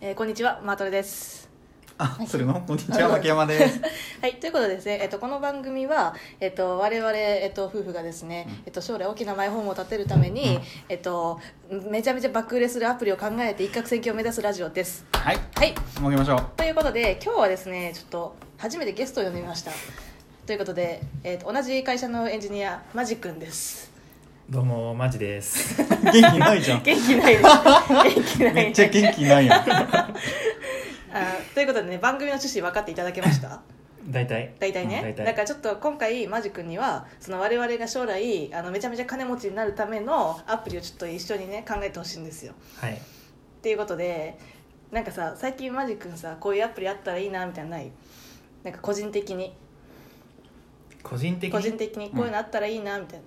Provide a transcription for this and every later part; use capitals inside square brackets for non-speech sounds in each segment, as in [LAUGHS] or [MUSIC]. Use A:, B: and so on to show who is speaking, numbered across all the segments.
A: えーこんにちはマートルです
B: あ、それのこんにちは、牧山です。
A: [LAUGHS] はいということでですね、えっと、この番組は、えっと、我々、えっと、夫婦がですね、えっと、将来大きなマイホームを建てるために、えっと、めちゃめちゃ爆売れするアプリを考えて一攫千金を目指すラジオです
B: はい、
A: はい
B: もげましょう。
A: ということで今日はですねちょっと初めてゲストを呼んでみましたということで、えっと、同じ会社のエンジニアマジ君です
C: どうもマジです。 [LAUGHS]
B: 元気ないじゃ
A: [LAUGHS]
B: ん。
A: 元気ないです元気ない
B: めっちゃ元気な
A: [LAUGHS]
B: いやん。
A: あということでね番組の趣旨分かっていただけました
C: 大体。
A: 大体ね、
C: うん大体
A: だからちょっと今回マジ君にはその我々が将来あのめちゃめちゃ金持ちになるためのアプリをちょっと一緒にね考えてほしいんですよ
C: はい。
A: っていうことでなんかさ最近マジ君さこういうアプリあったらいいなみたいなのないなんか個人的に
C: 個人的
A: 個人
C: に。
A: 的にこういうのあったらいいなみたいな、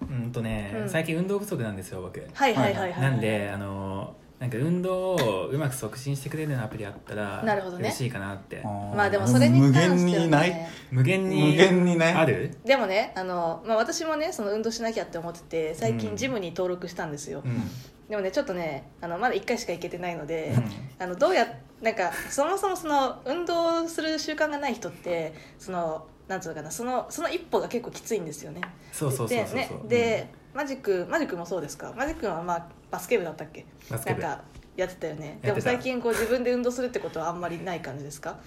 C: うんとね、
A: うん
C: 最近運動不足なんですよ僕。
A: はいはいはいはい
C: なんであのなんか運動をうまく促進してくれるようなアプリあったら
A: なるほどね
C: 嬉しいかなって。
A: まあでもそれに関して
B: 無限
A: は、
B: にない
A: ね、
C: 無限に。
B: 無限にね
C: ある？
A: でもねあの、まあ、私もねその運動しなきゃって思ってて最
C: う
A: 近
C: ん
A: ジムに登録したんですよ、
C: うん。
A: でもねちょっとねあのまだ1回しか行けてないので、
C: うん
A: あのどうやなんかそもそもその運動する習慣がない人ってそのなんつうのかなそのその一歩が結構きついんですよね。
C: そうそうそうそうそ
A: で,、
C: う。
A: ねでマジックマジックもそうですかマジックは、まあ、バスケ部だったっけ
C: バスケ部
A: なんかやってたよね
C: や
A: でも
C: ってた
A: 最近こう自分で運動するってことはあんまりない感じですか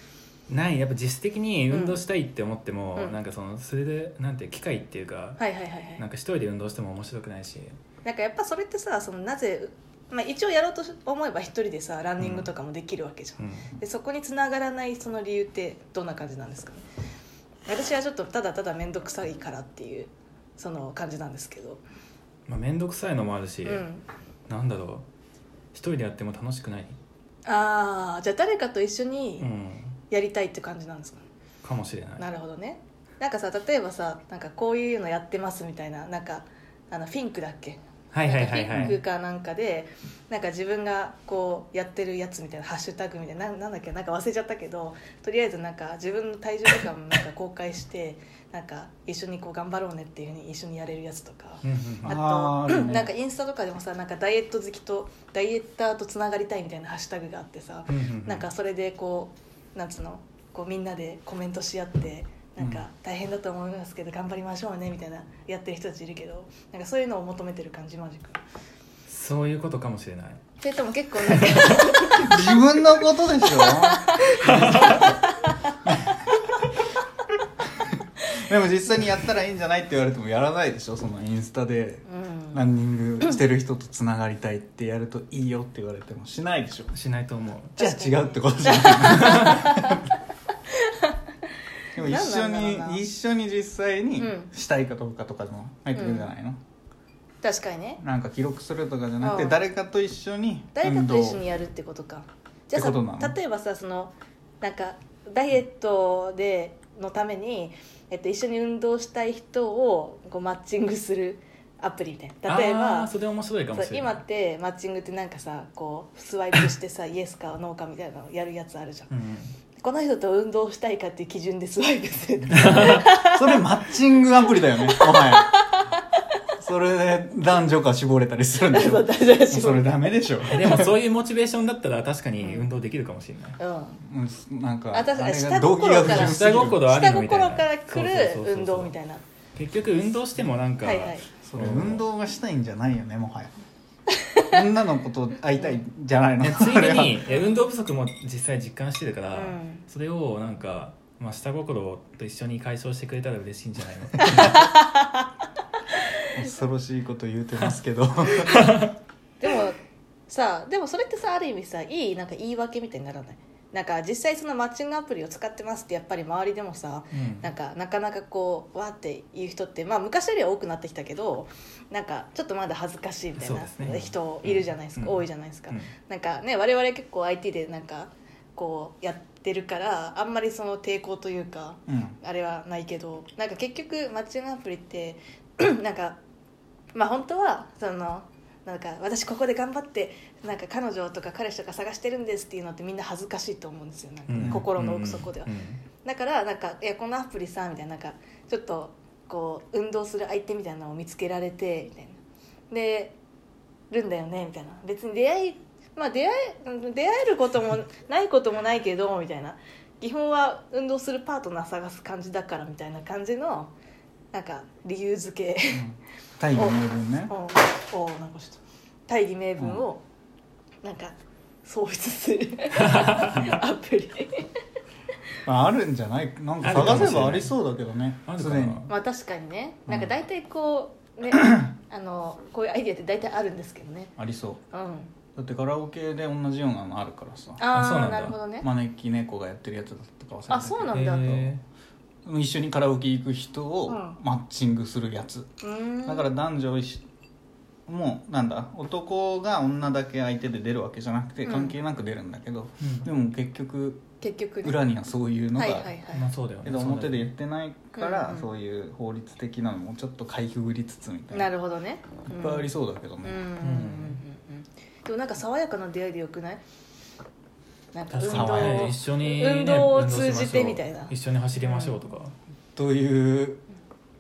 C: うんないやっぱ自主的に運動したいって思っても、
A: うん
C: なんかそのそれでなんて機械っていうか。
A: はいはいはいはい
C: なんか一人で運動しても面白くないし、
A: なんかやっぱそれってさそのなぜ、まあ、一応やろうと思えば一人でさランニングとかもできるわけじゃん
C: う、ん、
A: でそこにつながらないその理由ってどんな感じなんですかね私はちょっとただただ面倒くさいからっていうその感じなんですけど、
C: まあ面倒くさいのもあるし、
A: うん、
C: なんだろう一人でやっても楽しくない、
A: ああじゃあ誰かと一緒に
C: うん、
A: やりたいって感じなんですかね、
C: かもしれない
A: なるほどねなんかさ例えばさなんかこういうのやってますみたいななんかあのフィンクだっけ
C: はいはいはい
A: なんか
C: は
A: フィンク
C: い
A: かなんかでなんか自分がこうやってるやつみたいなハッシュタグみたいなななんだっけなんか忘れちゃったけどとりあえずなんか自分の体重とかもなんか公開してなんか一緒にこう頑張ろうねっていうふうに一緒にやれるやつとか
C: うんうんうん
A: あ
B: あ
A: と
B: ー
A: なんかインスタとかでもさなんかダイエット好きとダイエッターとつながりたいみたいなハッシュタグがあってさ
C: うんうんうん
A: なんかそれでこうなんつうのこうみんなでコメントし合ってなん
C: うん
A: か大変だと思いますけど頑張りましょうねみたいなやってる人たちいるけどなんかそういうのを求めてる感じマジック
C: そういうことかもしれない
A: それとも結構なんか
B: 自分のことで
A: [LAUGHS]
B: しょでも実際にやったらいいんじゃないって言われてもやらないでしょそのインスタで
A: うん
B: ランニングしてる人とつながりたいってやるといいよって言われてもしないでしょ
C: しないと思う
B: じゃ
A: 確か
B: あ
A: に
B: 違うってことじゃ
A: [LAUGHS]
B: ないでも一緒
A: 何なんだろうな
B: に一緒に実際に
A: うん
B: したいかどうかとかでも入ってくるんじゃないの、
A: 確かにね
B: なんか記録するとかじゃなくて
A: うん
B: 誰かと一緒に
A: 誰か
B: 運
A: と
B: 動
A: 一緒にやるってことかじゃあ
B: ってことな
A: さ
B: の
A: 例えばさそのなんかダイエットでのために、えっと、一緒に運動したい人をこうマッチングするアプリみたいな例え
C: あー
A: ば
C: それ面白いかもし
A: そう
C: れ
A: 今
C: ない
A: ってマッチングってなんかさこうスワイプして
C: [LAUGHS]
A: さイエスかノーかみたいなのやるやつあるじゃん、
C: うんうん
A: この人と運動したいかっていう基準で
C: [LAUGHS]
A: スワイプする
B: それマッチングアプリだよねお前それで男女が絞れたりするんで
A: [LAUGHS]
B: し
A: そう
B: ょ
A: 大丈夫し
B: それダメでしょ
C: えでもそういうモチベーションだったら確かに運動できるかもしれない
A: うん
B: うんなんか
A: あ確かに
B: あれが動機が不純すぎ
C: 下
B: る
C: 心ある
A: 下
C: のみたいな
A: 心から来
C: そうそうそう
A: る
C: そう
A: 運動みたいな
C: 結局運動してもなんか、
A: はいはい
B: それ運動がしたいんじゃないよねもはや女の子と会いたいんじゃない
A: [LAUGHS]
B: の
C: ねついで
B: あれは
C: にえ運動不足も実際実感してるから、
A: うん
C: それをなんか、まあ、下心と一緒に解消してくれたら嬉しいんじ
A: [LAUGHS]
C: ゃないの
B: 恐ろしいこと言うてます [LAUGHS] けど
A: でもさでもそれってさある意味さいいなんか言い訳みたいにならないなんか実際そのマッチングアプリを使ってますってやっぱり周りでもさ
C: うん
A: なんかなかなかこうわーって言う人って、まあ、昔よりは多くなってきたけどなんかちょっとまだ恥ずかしいみたい
C: そうです
A: な、
C: ね
A: 人いるじゃないですか、
C: うん
A: 多いじゃないですか、
C: うん
A: なんかね我々結構 IT でなんかこうやってるからあんまりその抵抗というか
B: うん
A: あれはないけどなんか結局マッチングアプリって [CLEARS THROAT] なんかまあ本当はそのなんか私ここで頑張ってなんか彼女とか彼氏とか探してるんですっていうのってみんな恥ずかしいと思うんですよなんか、
C: うん
A: 心の奥底では、
C: うん
A: だからなんか「いやこのアプリさ」みたいななんかちょっとこう運動する相手みたいなのを見つけられてみたいなでるんだよねみたいな別に出会いまあ出会えうん出会えることもないこともないけどみたいな基本は運動するパートナー探す感じだからみたいな感じのなんか理由付け
B: 大義名
A: [LAUGHS]
B: 分ね
A: ををなんかちょっと大義名分をなんか創出するアプリ
B: まああるんじゃないなんか
C: あるかもし
B: 探
C: れない
B: せばありそうだけどね
C: ある
B: す
C: かな
B: でに
A: まあ確かにねなんか
B: うん
A: 大体こうねあのこういうアイディアって大体あるんですけどね
B: ありそう
A: うん
B: だってカラオケで同じようなのあるからさ
A: あ
C: そうな
A: あ
C: ん
A: な
C: だ
A: るほどね
B: 招き猫がやってるやつだったか忘れたけど
A: あそうな
C: へ
A: んだ
C: え
B: 一緒にカラオケ行く人を
A: うん
B: マッチングするやつ、
A: うん
B: だから男女一緒もうなんだ男が女だけ相手で出るわけじゃなくて
A: うん
B: 関係なく出るんだけど、
C: うん
B: でも結局
A: 結局ね
B: 裏にはそういうのが、
A: はいはいはい
C: まあそうだよね
B: けど表で言ってないから、
A: うんうん
B: そういう法律的なのもちょっとかいくぐりつつみたいな
A: なるほどね
B: いっぱいありそうだけど
A: うん
B: ね、
A: うんうんうんうんでもなんか爽やかな出会いでよくないなんか運
C: 確
A: 動
C: かにね
B: 運動
C: 一緒にね
A: 運動を
C: 運しましょう
A: 通じてみたいな
C: 一緒に走りましょうとか
B: という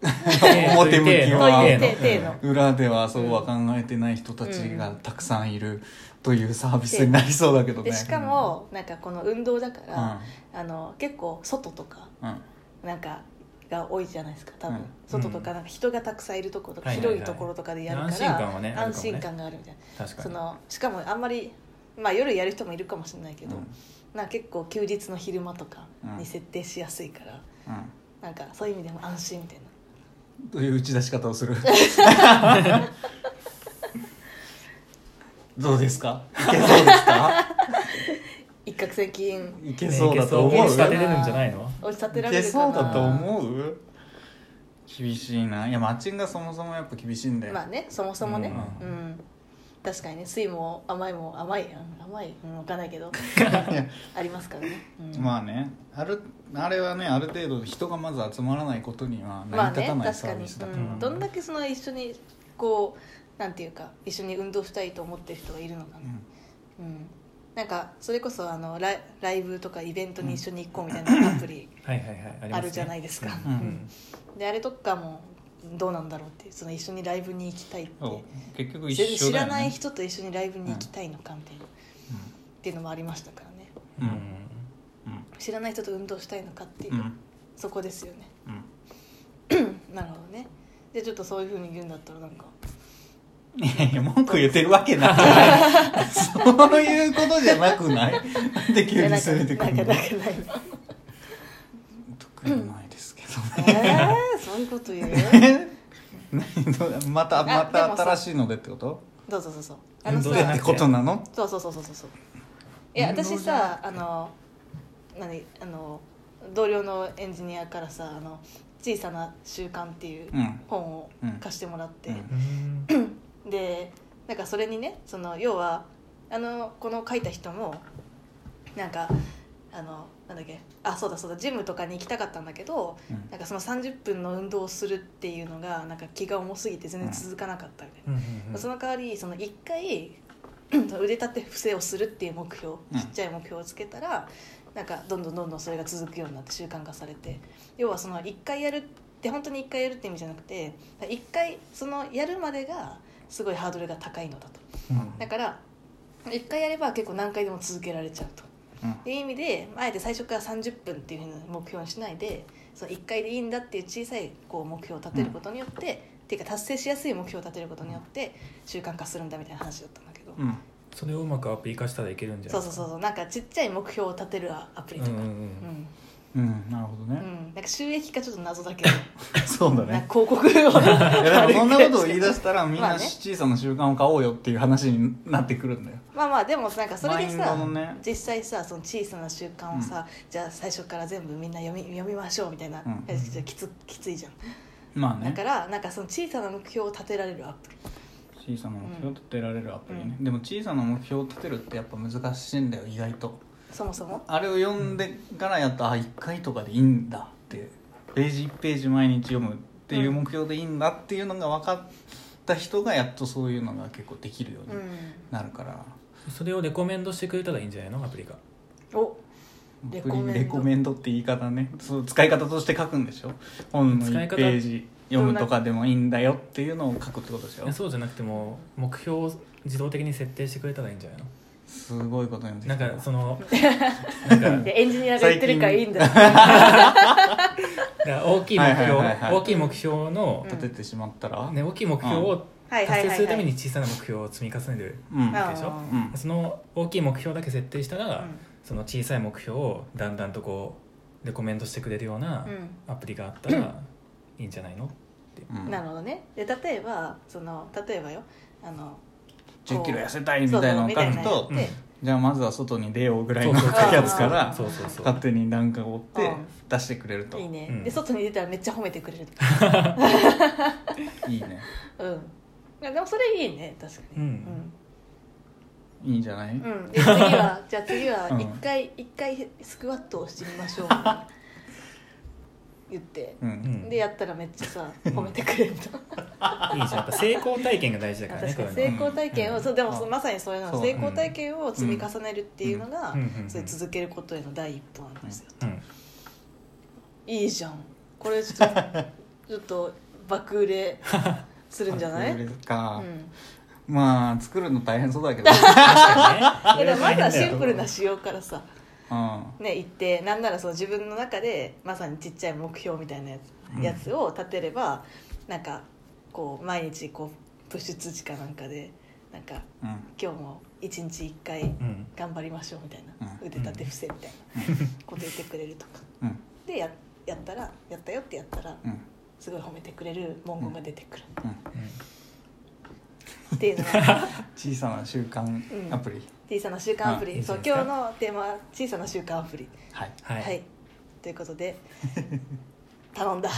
C: 表
B: 表向きは
A: という手手の
B: 裏ではそうは考えてない人たちがたくさんいるというサービスになりそうだけどね
A: でしかもなんかこの運動だから、あの結構外とか
B: うんうん
A: なんかが多いじゃないですか多分、
B: うん
A: 外とかなんか人がたくさんいるところとか、
C: はいはいはい
A: 広いところとかでやるから
C: 安心感はねあるかもね
A: 安心感があるみたいな、
C: 確か
A: そ
C: に
A: のしかもあんまり、まあ、夜やる人もいるかもしれないけど、
B: うん
A: なんか結構休日の昼間とか
B: う
A: に
B: ん
A: 設定しやすいから、
B: う
A: なんかそういう意味でも安心みたいなん
B: という打ち出し方
A: [LAUGHS]
B: をするどうですかいけそうですか
A: 一攫千金
B: いけそうだと思
C: ね
B: う
C: いけそう打ち立
B: い
C: てれるんじゃないの
A: 落ち立てられ
B: け
A: るかな
B: そうだと思う厳しいないやマッチングがそもそもやっぱ厳しいんだよ、
A: まあねそもそもねう、
B: うん
A: 確かにね酸いも甘いも甘いうん甘い、うん、分かんないけ
B: [LAUGHS]
A: ど
B: いや
A: ありますからね、うん
B: まあねあるあれはねある程度人がまず集まらないことには成
A: まあ
B: り立
A: ね
B: たない
A: 確
B: サ
A: か
B: ー
A: に
B: ビスだ、
C: ら
A: うん、どんだけその一緒にこうなんていうか一緒に運動したいと思ってる人がいるのかな、うんなんかそれこそあのライライブとかイベントに一緒に行こうみたいなアプリ
C: はいはいはいありますね
A: あるじゃないですか、
B: うん
C: うん
A: であれとかもどうなんだろうってその一緒にライブに行きたいって
B: うんそう結局一
A: 全然
B: 緒
A: 知
B: だよ、ね、
A: らない人と一緒にライブに行きたいのかみたいな、っていうのもありましたからね
B: う
C: うん
B: んうん
A: 知らない人と運動したいのかっていう、
B: うん
A: そこですよね
B: うん
A: なるほどねでちょっとそういうふうに言うんだったらなんか
B: いやいや文句言ってるわけないじゃないそういうことじゃなくないなんで急
A: え
B: に
A: なんか
B: 攻めてくる
A: な
B: の
A: んかなんかない
B: 特にないですけどね [LAUGHS]
A: えー、そういうこと言う
B: 何またま
A: あで
B: た
A: もさ
B: 新しいのでってこと [LAUGHS]
A: どうぞどうぞあの
C: 運
A: さ
C: 動
B: ど
C: そうじゃ
B: やっ
C: なく
B: て
C: て
B: ことなの
A: そうそうそうそうそうそういや
B: 運動じゃ
A: 私さあの何あの同僚のエンジニアからさ「あの小さな習慣」っていう
B: うん
A: 本を
B: うん
A: 貸してもらって、
B: うん
C: うん
A: でなんかそれにねその要はあのこの書いた人もなんかあのなんだっけあそうだそうだジムとかに行きたかったんだけど
B: うん
A: なんかその30分の運動をするっていうのがなんか気が重すぎて全然続かなかったみたいな、
C: うんうんうん
A: その代わりその1回 [CLEARS THROAT] 腕立て伏せをするっていう目標
B: うん
A: ちっちゃい目標をつけたら、なんかどんどんどんどんそれが続くようになって習慣化されて要はその1回やるって本当に1回やるって意味じゃなくて1回そのやるまでがすごいハードルが高いのだと
C: うん
A: だから1回やれば結構何回でも続けられちゃうと。
B: うん
A: っていう意味であえて最初から30分っていうふうな目標にしないでその1回でいいんだっていう小さいこう目標を立てることによって、っていうか達成しやすい目標を立てることによって習慣化するんだみたいな話だったんだけど、
B: うん
C: それをうまくアプリ化したらいけるんじゃな
A: そ
C: い
A: そ
C: う
A: うそうそうなんかちっちゃい目標を立てるアプリとか、
C: うんうんうん
A: うん
B: うんなるほど
A: う
B: ね
A: んなんか収益化ちょっと謎だけど、
B: そうだ
A: なん
B: ね
A: か広告を
B: いやでもそんなことを言い出したらみん
A: まあ
B: な
A: ね
B: 小さな習慣を買おうよっていう話になってくるんだよ
A: [LAUGHS] まあまあでもなんかそれで
B: マイ
A: さ
B: ンドのね
A: 実際さその小さな習慣をさ、じゃあ最初から全部みんな読み読みましょうみたいな、
B: うん
A: いやきつきついじゃん、
B: まあ
A: だ
B: ね
A: からなんかその小さな目標を立てられるアプリ
B: 小さな目標を立てられるアプリね、でも小さな目標を立てるってやっぱ難しいんだよ意外と
A: そもそも
B: あれを読んでからやっとあ1回とかでいいんだってページ1ページ毎日読むっていう目標でいいんだっていうのが分かった人がやっとそういうのが結構できるよう
A: う
B: に
A: ん
B: なるから、
C: それをレコメンドしてくれたらいいんじゃないのアプリが
A: おレ
B: レ
A: コメンド
B: レコメンドって言い方ねそう使い方として書くんでしょ本の
C: 使い方
B: 1ページ読むとかでもいいんだよっていうのを書くってことでし
C: い
B: ょ
C: やそうじゃなくても目標を自動的に設定してくれたらいいんじゃないの
B: すごいことになって
C: な
B: き
C: ん
B: た
C: かそのなんか
A: でエンジニアが言ってるからいいんだよ
C: だから大きい目標、
B: はいはいはいはい
C: 大きい目標の、
A: うん
B: 立ててしまったら、
C: ね、大きい目標を
A: はいはい
C: 達
A: はい、
C: 成
A: はい、
C: するために小さな目標を積み重ねる、
B: うん
A: あー
C: でしょ
B: うん
C: その大きい目標だけ設定したら、
A: うん
C: その小さい目標をだんだんとこうレコメンドしてくれるような
A: うん
C: アプリがあったらいいんじゃないの、
B: うん
A: なるほどねで例えばその例えばよあの
B: 10キロ痩せたいみたいなのを書く
A: そう
B: と
A: そうみたいなのやって
B: じゃあまずは外に出ようぐらいの
C: そう
A: そうそう
B: やつから
C: そうそうそう
B: 勝手になんか追って
A: うん
B: 出してくれると
A: いい
B: い
A: ね、
C: うん
A: で外に出たらめっちゃ褒めてくれる
B: いね
A: うんいやでもそれいいね確かに
C: うん
B: いいんじゃない
A: うん、うんで次はじゃあ次は
B: うん
A: 一回一、回スクワットをしてみましょう言って
B: うん
C: うん
A: でやったらめっちゃさ褒めてくれると
C: いいじゃんやっぱ成功体験が大事だからね
A: 確かに
C: こうい
A: 成
C: うの
A: 功体験を、
C: うん
A: そうでもそう
B: うん
A: まさにそういうの
B: そう
A: 成功体験を積み重ねるっていうのが、
C: うんうんうん
A: そういう続けることへの第一歩なんですよ、
C: うん
A: いいじゃんこれちょっとちょっと爆売れするんじゃ
C: [LAUGHS]
A: ない、
B: あ
A: う
B: 作
A: ん
B: るか、まあ作るの大変そう
A: [LAUGHS]
B: だけど、
A: いや [LAUGHS] でもまずはシンプルな仕様からさ
B: うん、
A: ね行ってなんならその自分の中でまさにちっちゃい目標みたいなやつ,、
B: うん
A: やつを立てればなんかこう毎日こうプッシュ通知かなんかでなんか
B: うん
A: 今日も一日一回
C: うん
A: 頑張りましょうみたいな、
B: うん
A: 腕立て伏せみたいなこと言ってくれるとか
B: うん
A: でややったらやったよってやったら
B: うん
A: すごい褒めてくれる文言が出てくる
B: うん
C: うん
A: っていうの
B: [LAUGHS]
A: が
B: 小さな習慣アプリ、
A: 小さな習慣アプ
C: うんい
A: リ
C: いじ
A: そ
C: ゃ
A: う
C: ないです
A: 今
C: か
A: 日のテーマは小さな習慣アプリ
B: はい
C: はい、
B: [LAUGHS]
A: ということで頼んだ